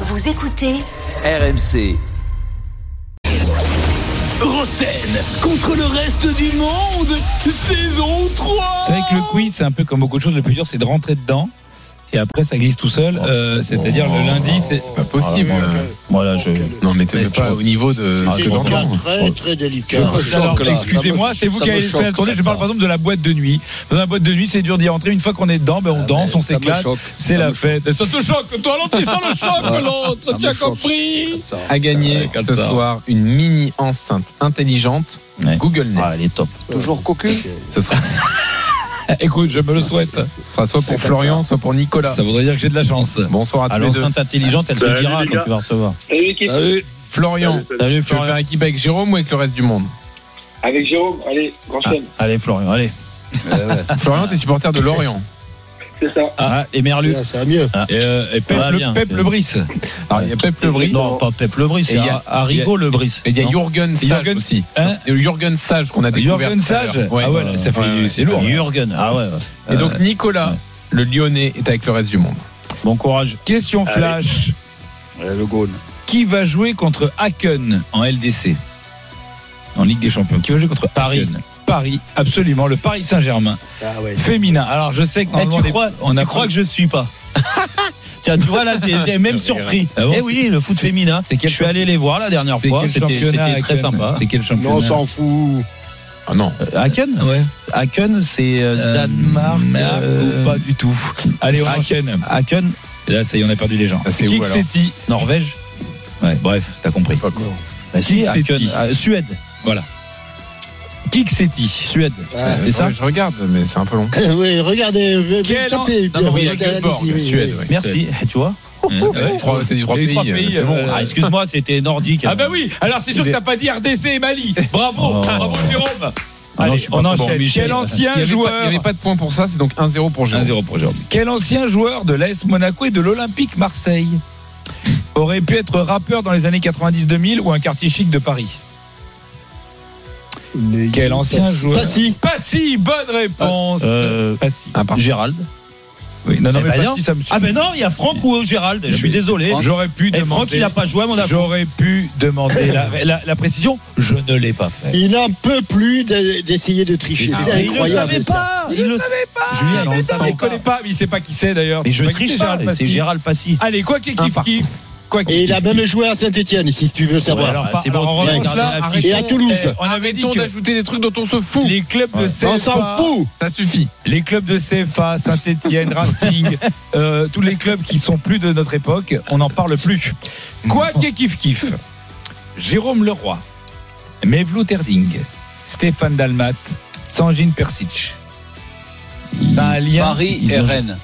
Vous écoutez RMC. Roten contre le reste du monde, saison 3 C'est vrai que le quiz, c'est un peu comme beaucoup de choses. Le plus dur, c'est de rentrer dedans. Et après, ça glisse tout seul. Euh, C'est-à-dire, le lundi, c'est. Pas possible. Ah, euh, hein. Voilà, je. non, mais t'es Mais même pas ça- au niveau de. C'est de délicat, l'entendre. très très délicat. C'est pas- Alors, choque, là. Ça excusez-moi, me- c'est vous ça qui me avez fait choque, attendez, je comme parle ça. par exemple de la boîte de nuit. Dans la boîte de nuit, c'est dur d'y rentrer. Une fois qu'on est dedans, Ah, ben, on danse, on s'éclate. C'est la fête. Ça te choque, toi, l'autre, il sent le choc, l'autre. Tu as compris À gagner Ça, c'est ce ça. soir une mini enceinte intelligente Ouais. Google Nest. Ah, elle est top. Toujours cocu Ce sera, ce Eh, Écoute, je me le souhaite. sera soit pour Florian, soit pour Nicolas. Ça voudrait dire que j'ai de la chance. Bonsoir à À tous les deux. l'enceinte intelligente, elle te dira quand tu vas recevoir. Salut. Florian, Salut, tu veux Florian. faire équipe avec Jérôme ou avec le reste du monde Avec Jérôme, allez, grand Ah, chaîne, allez, Florian, allez. Florian, t'es supporter de Lorient. c'est ça. Ah, et Merlu. Ah, ça va mieux. Ah, Et, euh, et Pep, Ah, le, bien. Pep le Brice. Alors, il y a Pep Lebris. Non, pas Pep Lebris, c'est Et il y a- hein. Ar- Arrigo Lebris. Et il y a Non. Jürgen Sage Jürgen- aussi. Hein Et Jürgen Sage qu'on a découvert. Jürgen tout à l'heure. Sage. Ouais. Ah ouais, là, ça fait, Ouais, ouais. c'est lourd. hein. Jürgen. Ah ouais. Et donc, Nicolas, le Lyonnais, est avec le reste du monde. Bon courage. Question flash. Le Gaune. Qui va jouer contre Haken en LDC En Ligue des Champions. Qui va jouer contre Paris Paris, absolument. Le Paris Saint-Germain. Ah ouais. Féminin. Alors, je sais que Eh, normalement, tu les- crois, on tu a crois que je suis pas Tiens, tu vois là, t'es t'es même surpris. Ah bon eh oui, le foot féminin. c'est quel Je suis allé les voir la dernière c'est fois. quel C'était championnat, c'était très Haken sympa. C'est quel Mais championnat on s'en fout. Ah non. Euh, Haken Ouais. Haken, c'est euh, Euh, Danemark. Danemark euh, ou Pas du tout. Allez, on Haken. enchaîne. Haken, Là, ça y est, on a perdu les gens. Ah, c'est où, alors Kikseti. Norvège. Ouais, bref, t'as compris. Pas quoi. Bah, si, Qui c'est Haken, qui euh, Suède. Kikseti. Suède. Ah. C'est ça Ouais, Je regarde, mais c'est un peu long. oui, regardez, euh, Quel tapez. an- Non, Oui, bien, avec le Borg, allez-y, oui, Suède. oui. ouais. Merci, tu vois. Ouais. Trois- T'as dit trois Et les pays. trois euh, pays, C'est bon. euh, Ah, excuse-moi, c'était nordique. hein. Ah bah oui, alors c'est sûr que t'as pas dit RDC et Mali. Bravo, Oh. bravo Jérôme. Ah non, Allez, je suis pas on bon, enchaîne. Michel. Quel Il n'y ancien avait, pas- il y joueur avait pas de point pour ça, c'est donc 1-0 pour Jérôme. 1-0 pour Jérôme. Quel ancien joueur de l'AS Monaco et de l'Olympique Marseille aurait pu être rappeur dans les années 90-2000 ou un quartier chic de Paris Mais Quel il- ancien pas- joueur. Pas si. Pas si, bonne réponse. Euh, Pas si. Ah, pardon. Gérald. Oui, non, non, Eh mais ben pas non. si, ça me Ah suffit. ben non, il y a Franck ou Gérald. Je suis désolé. J'aurais pu Et Franck, il demander. n'a pas joué, mon ami. J'aurais pu demander la, la- la précision. Je ne l'ai pas fait. Il n'en peut plus d'e- d'essayer de tricher. Ah, C'est mais Il ne incroyable. savait ça. pas. Il le savait pas. Ah, Julien, mais il ça, mais il connaît pas. Mais il sait pas qui c'est d'ailleurs. Mais je Bah, qui triche c'est, pas. Gérald C'est Massy Gérald Passy. Allez, quoi qu'il Un kiffe, par kiffe. Quoi qu'il Et il kiffe, a même joué à Saint-Etienne, si tu veux Ouais, savoir. alors, par- Ah bah, c'est bon, alors, en ouais, revanche, gardez là, la fiche. arrêtons- Et à Toulouse. eh, On avait dit Arrêtons que d'ajouter des trucs dont on se fout. les clubs de Ouais. CFA, On s'en fout. Ça suffit. les clubs de CFA, Saint-Étienne, Racing, euh, tous les clubs qui sont plus de notre époque, on n'en parle plus. Quoi qu'il kiff kiff. Jérôme Leroy, Mevlou Terding, Stéphane Dalmat, Sanjin Persic. Ça a un lien. Paris Ils et ont- Rennes.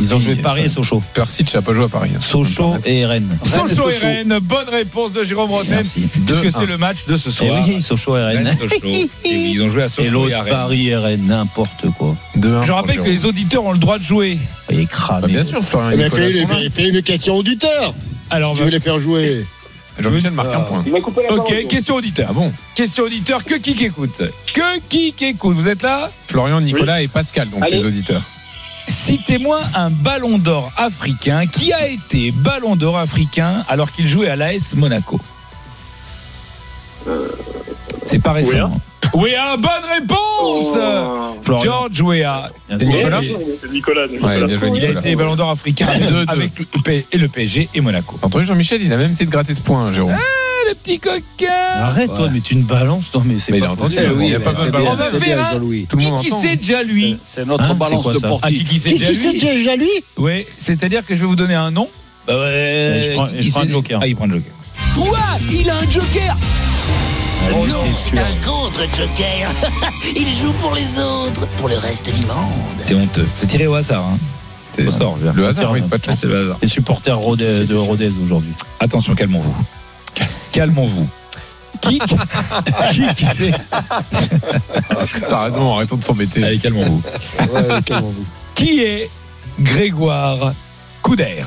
Ils ont joué Paris et Sochaux. Persic n'a pas joué à Paris. Sochaux et Rennes. Rennes et Sochaux et Sochaux. Rennes, bonne réponse de Jérôme Rotten, Merci. puisque c'est le match de ce Et soir. oui, Sochaux et Rennes. Eh Rennes, Sochaux. Et oui, ils ont joué à Et Sochaux et à l'autre, Rennes. Paris et Rennes, n'importe quoi. 2-1. Je rappelle que les auditeurs ont le droit de jouer. Il est Bah, cramé. bien sûr, Florian. et Mais Nicolas. fais, fais- fais une question auditeur. Alors, si tu veux les faire jouer. Jean-Michel marque un point. Il m'a coupé la parole. ok, question auditeur. Ah bon Question auditeur, que qui écoute Que qui écoute Vous êtes là Florian, Nicolas et Pascal, donc Allez. les auditeurs. Citez-moi un ballon d'or africain qui a été ballon d'or africain alors qu'il jouait à l'AS Monaco. C'est pas récent. Oui, bonne réponse Oh. Florian. George Weah. bien C'est sûr. Oh. Nicolas Oui. Nicolas, Ouais, bien joué, Il a Nicolas. été ballon d'or africain Deux, deux. avec le P- et le PSG et Monaco. T'as entendu Jean-Michel, il a même essayé de gratter ce point, hein, Jérôme. Ah, Le petit coquin Arrête, toi, mais tu ne balances. Non, mais c'est Mais il pas a entendu. possible. Eh oui, il il y a pas mal de ballons. On va C'est faire bien, un- Jean-Louis. Tout le monde Qui entend. sait déjà lui C'est notre Hein, c'est balance quoi, de ça Ah, qui portique. qui sait Qui, déjà qui c'est lui déjà lui Oui, c'est-à-dire que je vais vous donner un nom. Bah ouais, Je prends- je qui prends c'est- un joker. Ah, il prend le joker. Quoi Il a un joker Oh, c'est sûr. contre-joker. Il joue pour les autres, pour le reste du monde. C'est honteux. C'est tiré au hasard. Hein. C'est- Au sort, viens. Le hasard, oui, pas de chance. Ah, C'est le hasard. Les supporters Rodez- de Rodez aujourd'hui. Attention, calmons-vous. Calmons-vous. Kik Kik c'est- T'as raison, arrêtons de s'embêter. Allez, calmons-vous. Ouais, calmons-vous. Qui est Grégoire Couder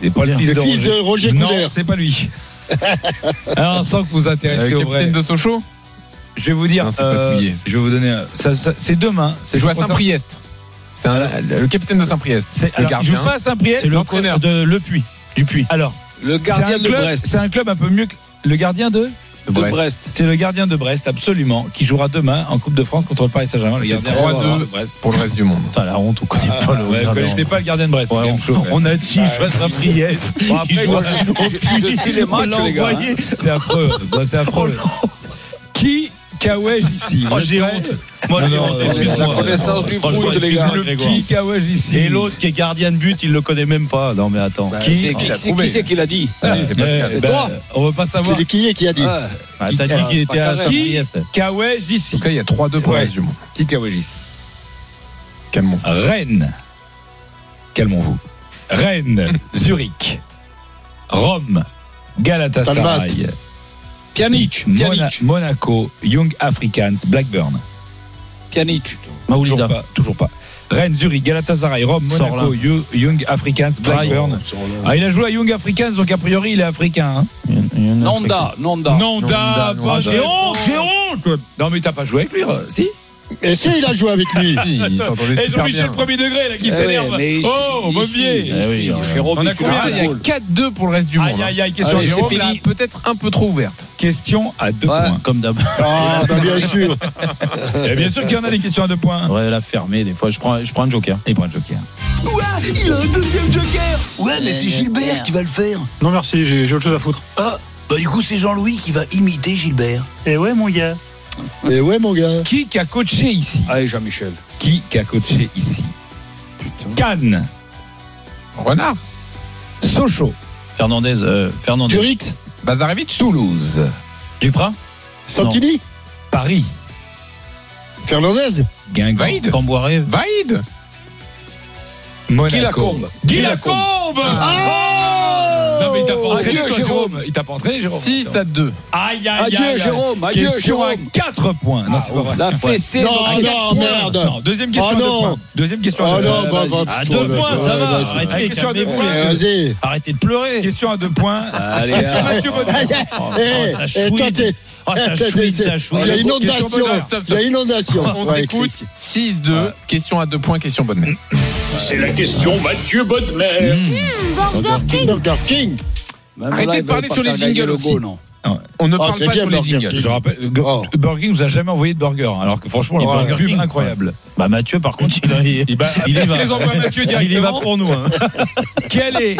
C'est pas le fils Le de fils de Roger. Roger Non, Couder. c'est pas lui. Alors, sans que vous vous Euh, intéressez au vrai, capitaine de Sochaux je vais vous dire. euh, Non, c'est pas Touillet. je vais vous donner. un- ça- ça- c'est demain. C'est C'est joué à je crois, Saint-Priest. C'est un- le capitaine de Saint-Priest. C'est Le alors, il joue gardien. pas à Saint-Priest. C'est le l'entraîneur. de Le Puy. Dupuis. Alors, Le c'est gardien un, de club, Brest. c'est un club un peu mieux que le gardien de. De Brest. Brest. C'est le gardien de Brest, absolument, qui jouera demain en Coupe de France contre le Paris Saint-Germain. Le gardien 3-2. de Brest. Pour le reste du monde. Putain, la honte, on connaît pas le Ouais, vous regard. connaissez pas le gardien de Brest. c'est Ouais, quand même chaud, on, on a dit face à Priest. Bon, après, Il joue moi, à- je- au je- puits. Ah, je suis les On matchs, l'a les gars, hein. envoyé. C'est affreux. Bon, c'est affreux. Qui Kawège ici Oh, j'ai Vous êtes honte. Moi, Non, j'ai non, honte, Ah, euh, excuse-moi. la connaissance du Franchement, foot, les excuse-moi, gars. prêts Grégoire. Qui Kawège ici Et l'autre qui est gardien de but, il le connaît même pas. Non, mais attends. Bah, Qui- c'est qui qui l'a c'est trouvé qui c'est qui l'a dit Ah, c'est Eh, Pascal. c'est ben, toi on veut pas C'est savoir. le qui est qui a dit. Ah, Ah, T'as Ah, dit qu'il c'est était pas à carré. Saint-Priest. Kawège ici. Donc là, il y a 3-2 pour Ouais. le reste du monde. Qui Kawège ici Calmons. Rennes. Calmons-vous. Rennes, Zurich, Rome, Galatasaray, Pjanic, Mona- Pjanic, Monaco, Young Africans, Blackburn. Pjanic. Toujours pas, toujours pas. Rennes, Zurich, Galatasaray, Rome, Monaco, Sorlin. Yo- Young Africans, Blackburn. Ah, il a joué à Young Africans, donc a priori il est africain. Nonda, Nonda. Ah, Hein. Non, Nonda, pas- Nonda. j'ai honte, j'ai honte. Non mais t'as pas joué avec lui, euh, si Et si il a joué avec lui Ils s'entendaient Et super Jean-Michel bien. premier degré là qui Eh s'énerve. ouais, mais ici- oh, ici, Mobier. ici, Eh oui, Jérôme, On a il suit le combien Ah, il y a football. 4-2 pour le reste du monde. hein. Ah, Aïe aïe aïe, question, à Jérôme Allez, c'est deux Jérôme, points. là, fini. peut-être un peu trop ouverte. question à deux Ouais. points. Comme d'hab. Ah, bah bien sûr. Et bien sûr qu'il y en a des questions à deux points. Ouais, la fermée, des fois. Je prends, je prends un joker. Il prend le joker. Ouah, il a un deuxième joker Ouais, mais c'est Gilbert qui va le faire. Non merci, j'ai j'ai autre chose à foutre. Ah, bah du coup, c'est Jean-Louis qui va imiter Gilbert. Eh ouais mon gars. Mais ouais, mon gars. Qui qui a coaché ici Allez, Jean-Michel. Qui qui a coaché ici Cannes, Renard. Sochaux, Fernandez, euh, Fernandez. Durix Bazarevich. Toulouse, Duprat Santini Paris, Fernandez Guingamp, Vaïd. Camboiré Vaïd. Monaco. Qui la combe Guy Lacombe Non mais il t'a pas entraîné Adieu, toi, Jérôme. Il t'a pas entraîné Ah. Jérôme 6 à 2. Aïe aïe aïe Adieu, aïe. Jérôme. Adieu, Question à Jérôme. 4 points Ah, Non c'est pas vrai La fessée. de- Non, À quatre non, points. merde. Non, Deuxième question Oh à deux non. points Deuxième question à Oh deux non, bah, vas-y. bah, À pff, deux bah, points, bah, ça va. bah, c'est- Arrêtez, Question à deux calmez-vous, points. les Eh, gars. Vas-y. Arrêtez de pleurer. Question à deux points Allez, Question à ah. Mathieu Bonneau. Oh, Eh, ça eh, toi, chouine. t'es- Oh, ça eh, t'es- chouine, c'est- ça Il y a chouine. inondation. question bonheur. Top, top. Il y a inondation. On Ouais, s'écoute. Christ. 6-2. Ah. Question à 2 points, question bonne mère. C'est la question Mathieu Bodmer. Burger King. Même Arrêtez là, ils de parler veulent pas sur les faire gagner jingles le aussi. go, non. On ne Oh, parle c'est pas bien, sur les Burger jingles. King. Je rappelle Go- Oh. Burger King nous a jamais envoyé de burger hein, Alors que franchement Et Il a une Burger pub King, incroyable Bah, Mathieu, par contre, il, il, Il bat- il y va. les envoie à Mathieu Il y va directement pour nous. hein. Quelle est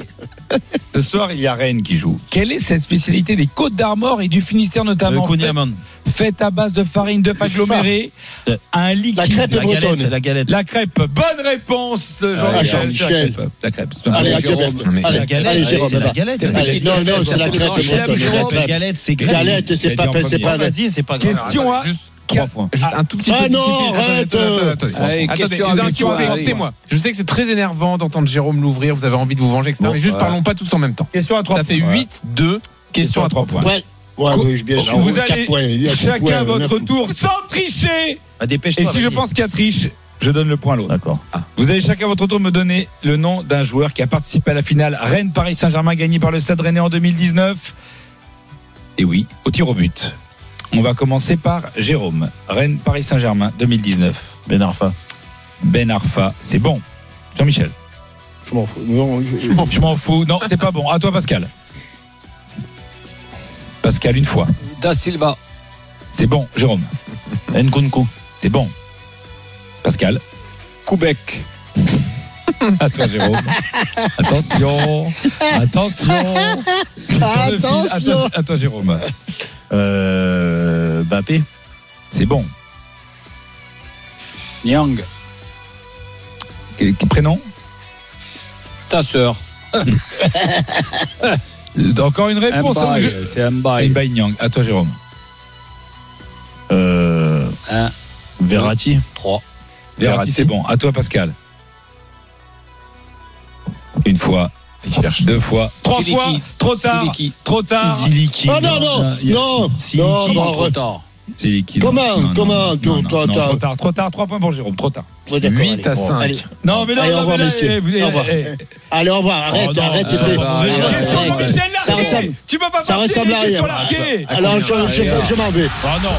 Ce soir, il y a Rennes qui joue. Quelle est cette spécialité des Côtes d'Armor et du Finistère Le notamment faite, Kouign-Amann. faite à base de farine de agglomérée, phare. un La liquide. crêpe est La galette, bretonne. la galette. La crêpe. Bonne réponse, de Ah, Jean-Michel. Jean-Michel. C'est La crêpe. La crêpe. Allez, à Jérôme. Québec. Non, mais- La Allez, galette, allez, c'est Jérôme. la là-bas. galette. Allez, La Allez, petite non, non, fesse, c'est la fesse, crêpe, fesse, bretonne, fesse, la fesse, crêpe. galette, c'est grave. Galette, Il a c'est dit pas en c'est premier. pas Vas-y, c'est pas grave. Qu'est-ce- Question Alors, à- attendez, juste- Trois points. Juste un tout petit Ah peu non, discipliné. arrête, Attendez, attendez, euh. attendez. Allez, Attendez, Ah, question il y en a un avec qui ont toi, fait, allez. écoutez-moi. Je sais que c'est très énervant d'entendre Jérôme l'ouvrir, vous avez envie de vous venger, etc. Bon, mais juste ouais. parlons pas tous en même temps. Question à trois. Ça fait points. 8-2, question à 3 points. Ouais, ouais, oui, bien sûr. Vous Quatre allez points, il y a quatre Chacun points, on a- votre tour, sans tricher. Ah, Dépêche-toi. Et si je vas-y. pense qu'il y a triche, je donne le point à l'autre. Ah. D'accord. Vous allez chacun à votre tour me donner le nom d'un joueur qui a participé à la finale Rennes-Paris-Saint-Germain gagnée par le Stade Rennais en 2019. Et oui, au tir au but. On va commencer par Jérôme. Rennes-Paris-Saint-Germain 2019. Ben Arfa. Ben Arfa, c'est bon. Jean-Michel. Je m'en fous. Non, je- je- Je m'en fous. Non, c'est pas bon. À toi, Pascal. Pascal, une fois. Da Silva, C'est bon, Jérôme. Nkunku. C'est bon. Pascal. Koubek, À toi, Jérôme. Attention. Attention. À Attention. toi- à toi, Jérôme. Euh, Bappé. C'est bon. Nyang, Quel- quel Prénom ta sœur. Euh, Encore une réponse. hein, je- Mbaye, c'est Mbaye. Mbaye Niang. À toi, Jérôme. Euh, Un, Verratti. 3. Verratti, c'est bon. À toi, Pascal. Une fois, deux fois, trois Siliki. fois. Trop tard. Siliki. Trop tard. Ziliki. Ah non, non, il y a non, Ziliki. non, Trop non, tard. Siliki, non. Comment Non, non, Comment non, Toi, non, toi, non, toi. Trop tard. Trop tard. Trois points pour Jérôme. Trop tard. Bon, d'accord, 8 à allez. Allez. 5. Non, mais non, Allez, non, mais au revoir, là, messieurs. eh, vous- Au revoir. eh, eh, Allez, au revoir. Arrête, Oh non, arrête. ça t'es- va, arrête, ça va. arrête. Question pour Michel Ça ressemble. Larquet Tu peux pas Ça partir ressemble à des questions rien. Ah, bah. Larquet Alors, je, je- je- je m'en vais. Oh non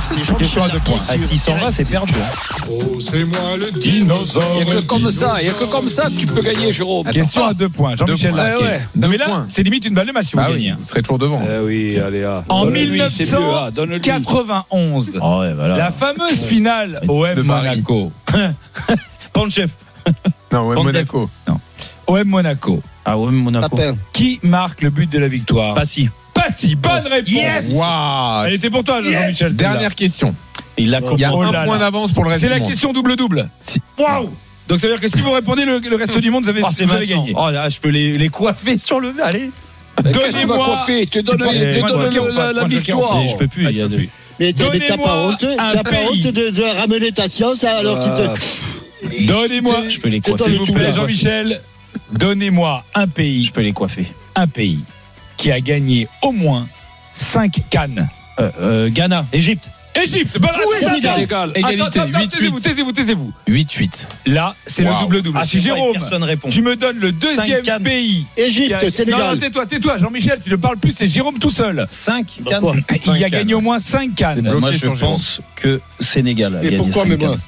C'est Question à deux points. À 600 c'est perdu. hein. Oh, c'est moi le Il dinosaure. n'y a que comme ça, il n'y a que comme ça que tu peux gagner, Jérôme. Question à ah, deux points. Jean-Michel Deux points. Larquet. Ouais, ouais. Non, Deux mais là, points. c'est limite une balle de match si vous Ah oui, gagnez. vous serez toujours devant. Eh oui, allez, ah. En Donne-le-lui, c'est mieux, ah, donne-le-lui. 1991, Ah ouais, voilà. la fameuse finale OM De Paris. Monaco. Panchef. Non, ouais, Bande Monaco. OM Monaco. Ah ouais, Monaco. Tapin. Qui marque le but de la victoire Passy. Passy, bonne Passy. réponse. Yes Waouh Elle était pour toi, Jean-Michel. celle-là. Dernière question. Il l'a Il y a Oh compris. là un point là. d'avance pour le reste C'est du la monde. question double-double. Waouh Donc ça veut dire que si vous répondez le, le reste du monde, vous avez, Ah, c'est vous avez maintenant. gagné. Oh là, je peux les, les coiffer sur le. Allez Mais Qu'est-ce que tu vas Donnez-moi- coiffer Tu donnes, prends- tu eh, donnes moi, je le- prends- la, la moi, je prends- victoire. Mais Je peux plus. Ah, il y a deux. Mais t'as mais t'as pas Donnez-moi honte, un t'as pas pays. honte de, de ramener ta science alors qu'il te. Donnez-moi, Je peux les C'est coiffer. dans s'il le vous tout, plaît, là. Jean-Michel, donnez-moi un pays, Je peux les coiffer. un pays qui a gagné au moins 5 cannes. Euh, euh, Ghana. Égypte. Égypte, bonne Oui, réponse. Sénégal. Sénégal. Attends, Égalité, attends, attends, taisez-vous, 8-8. taisez-vous, taisez-vous. 8-8. Là, c'est le Wow. double-double. Ah, si c'est vrai, Jérôme, Personne répond. tu me donnes le deuxième cannes. pays. qui a- Égypte, Non, non, Sénégal. tais-toi, tais-toi, Jean-Michel, tu ne parles plus, c'est Jérôme tout seul. 5 Bah, quoi Il y a cannes. gagné au moins 5 cannes. bloqué Moi, je sur Jérôme. pense que Sénégal a Mais gagné pourquoi, mais cinq moi cannes.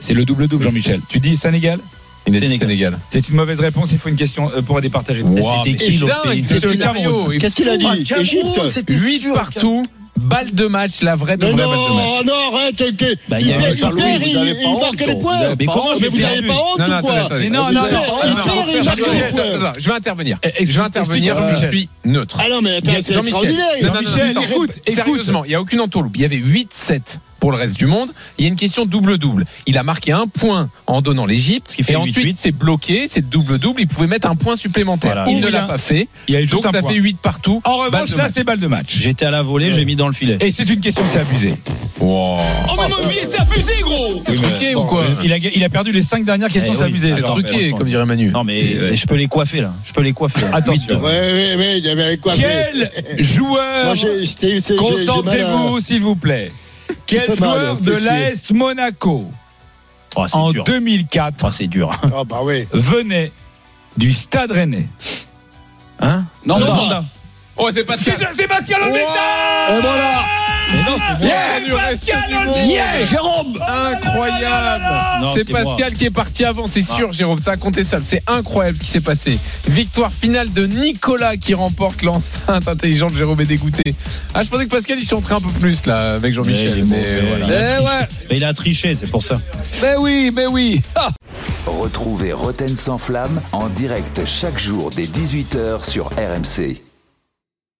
C'est le double-double, Jean-Michel. Tu dis Sénégal Il est Sénégal. Sénégal. Sénégal. C'est une mauvaise réponse, il faut une question euh, pour départager. Et Wow, mais- C'était qui l'autre Dingue, pays c'est Qu'est-ce le qu'il a- Cario. Qu'est-ce qu'il a Ah, dit Cameroun, Égypte. c'était 8 sûr, partout. Balle de match, la vraie de Mais vraie non, balle de match. oh non, arrête. que- Bah, il Il y a perd, eu il Charles-Louis, perd, vous il avez il marque les points. Mais comment Mais j'ai vous perdu n'avez pas honte Non, non, ou quoi attendez, attendez. Mais non, Il non, perd, non, il non, perd, non, il marque Jean-Michel, les Attends, points. attends, Je vais intervenir. Eh, Explique- Je vais intervenir, je explique- suis neutre. Ah non, mais attends, c'est Jean-Michel, extraordinaire. Non, non, non, Jean-Michel, non, non, écoute, écoute. Sérieusement, il n'y a aucune entourloupe. Il y avait 8-7 pour le reste du monde. Il y a une question double-double. Il a marqué un point en donnant l'Égypte. qui fait Et ensuite, 8-8. c'est bloqué. C'est double-double. Il pouvait mettre un point supplémentaire. Voilà. Il ne Ou l'a bien- pas fait. Il y a eu Donc, juste un ça point. Oh. fait 8 partout. En Balle revanche, de là, match. c'est balle de match. J'étais à la volée, j'ai mis dans le filet. Et c'est une question, c'est abusé. Wow. Oh, mais mon vieil, c'est abusé, gros C'est truqué ou quoi Il a, il a perdu les cinq dernières questions, Eh c'est oui. abusé. C'est Laurent. truqué, comme dirait Manu. Non mais euh, je peux les coiffer là. Je peux les coiffer. là. Attention. Huit, deux. Ouais, ouais, ouais, il y avait quoi Quel Moi, joueur, j'ai- j'étais- c'est- j'ai- j'ai mal à- concentrez-vous s'il vous plaît, quel peu mal, joueur hein, de fessier. l'AS Monaco Oh, c'est en dur. 2004 Oh, c'est dur. Ah bah oui. venait du Stade Rennais Hein Non, bah, Non, non. non. Nanda. Oh, c'est pas C'est Pascal Et voilà. Yes, du reste Pascal du monde. Olmeta Oh. Yeah, Jérôme Incroyable Non, C'est c'est moi. Pascal qui est parti avant, c'est sûr, Jérôme, c'est incontestable, c'est incroyable ce qui s'est passé. Victoire finale de Nicolas qui remporte l'enceinte intelligente, Jérôme est dégoûté. Ah, je pensais que Pascal il chanterait un peu plus là avec Ouais, il est Jean-Michel, mais, mauvais, voilà. voilà. Eh ouais, Mais il a triché, c'est pour ça. mais oui, mais oui. Ah. Retrouvez Roten sans flamme en direct chaque jour dès 18h sur RMC.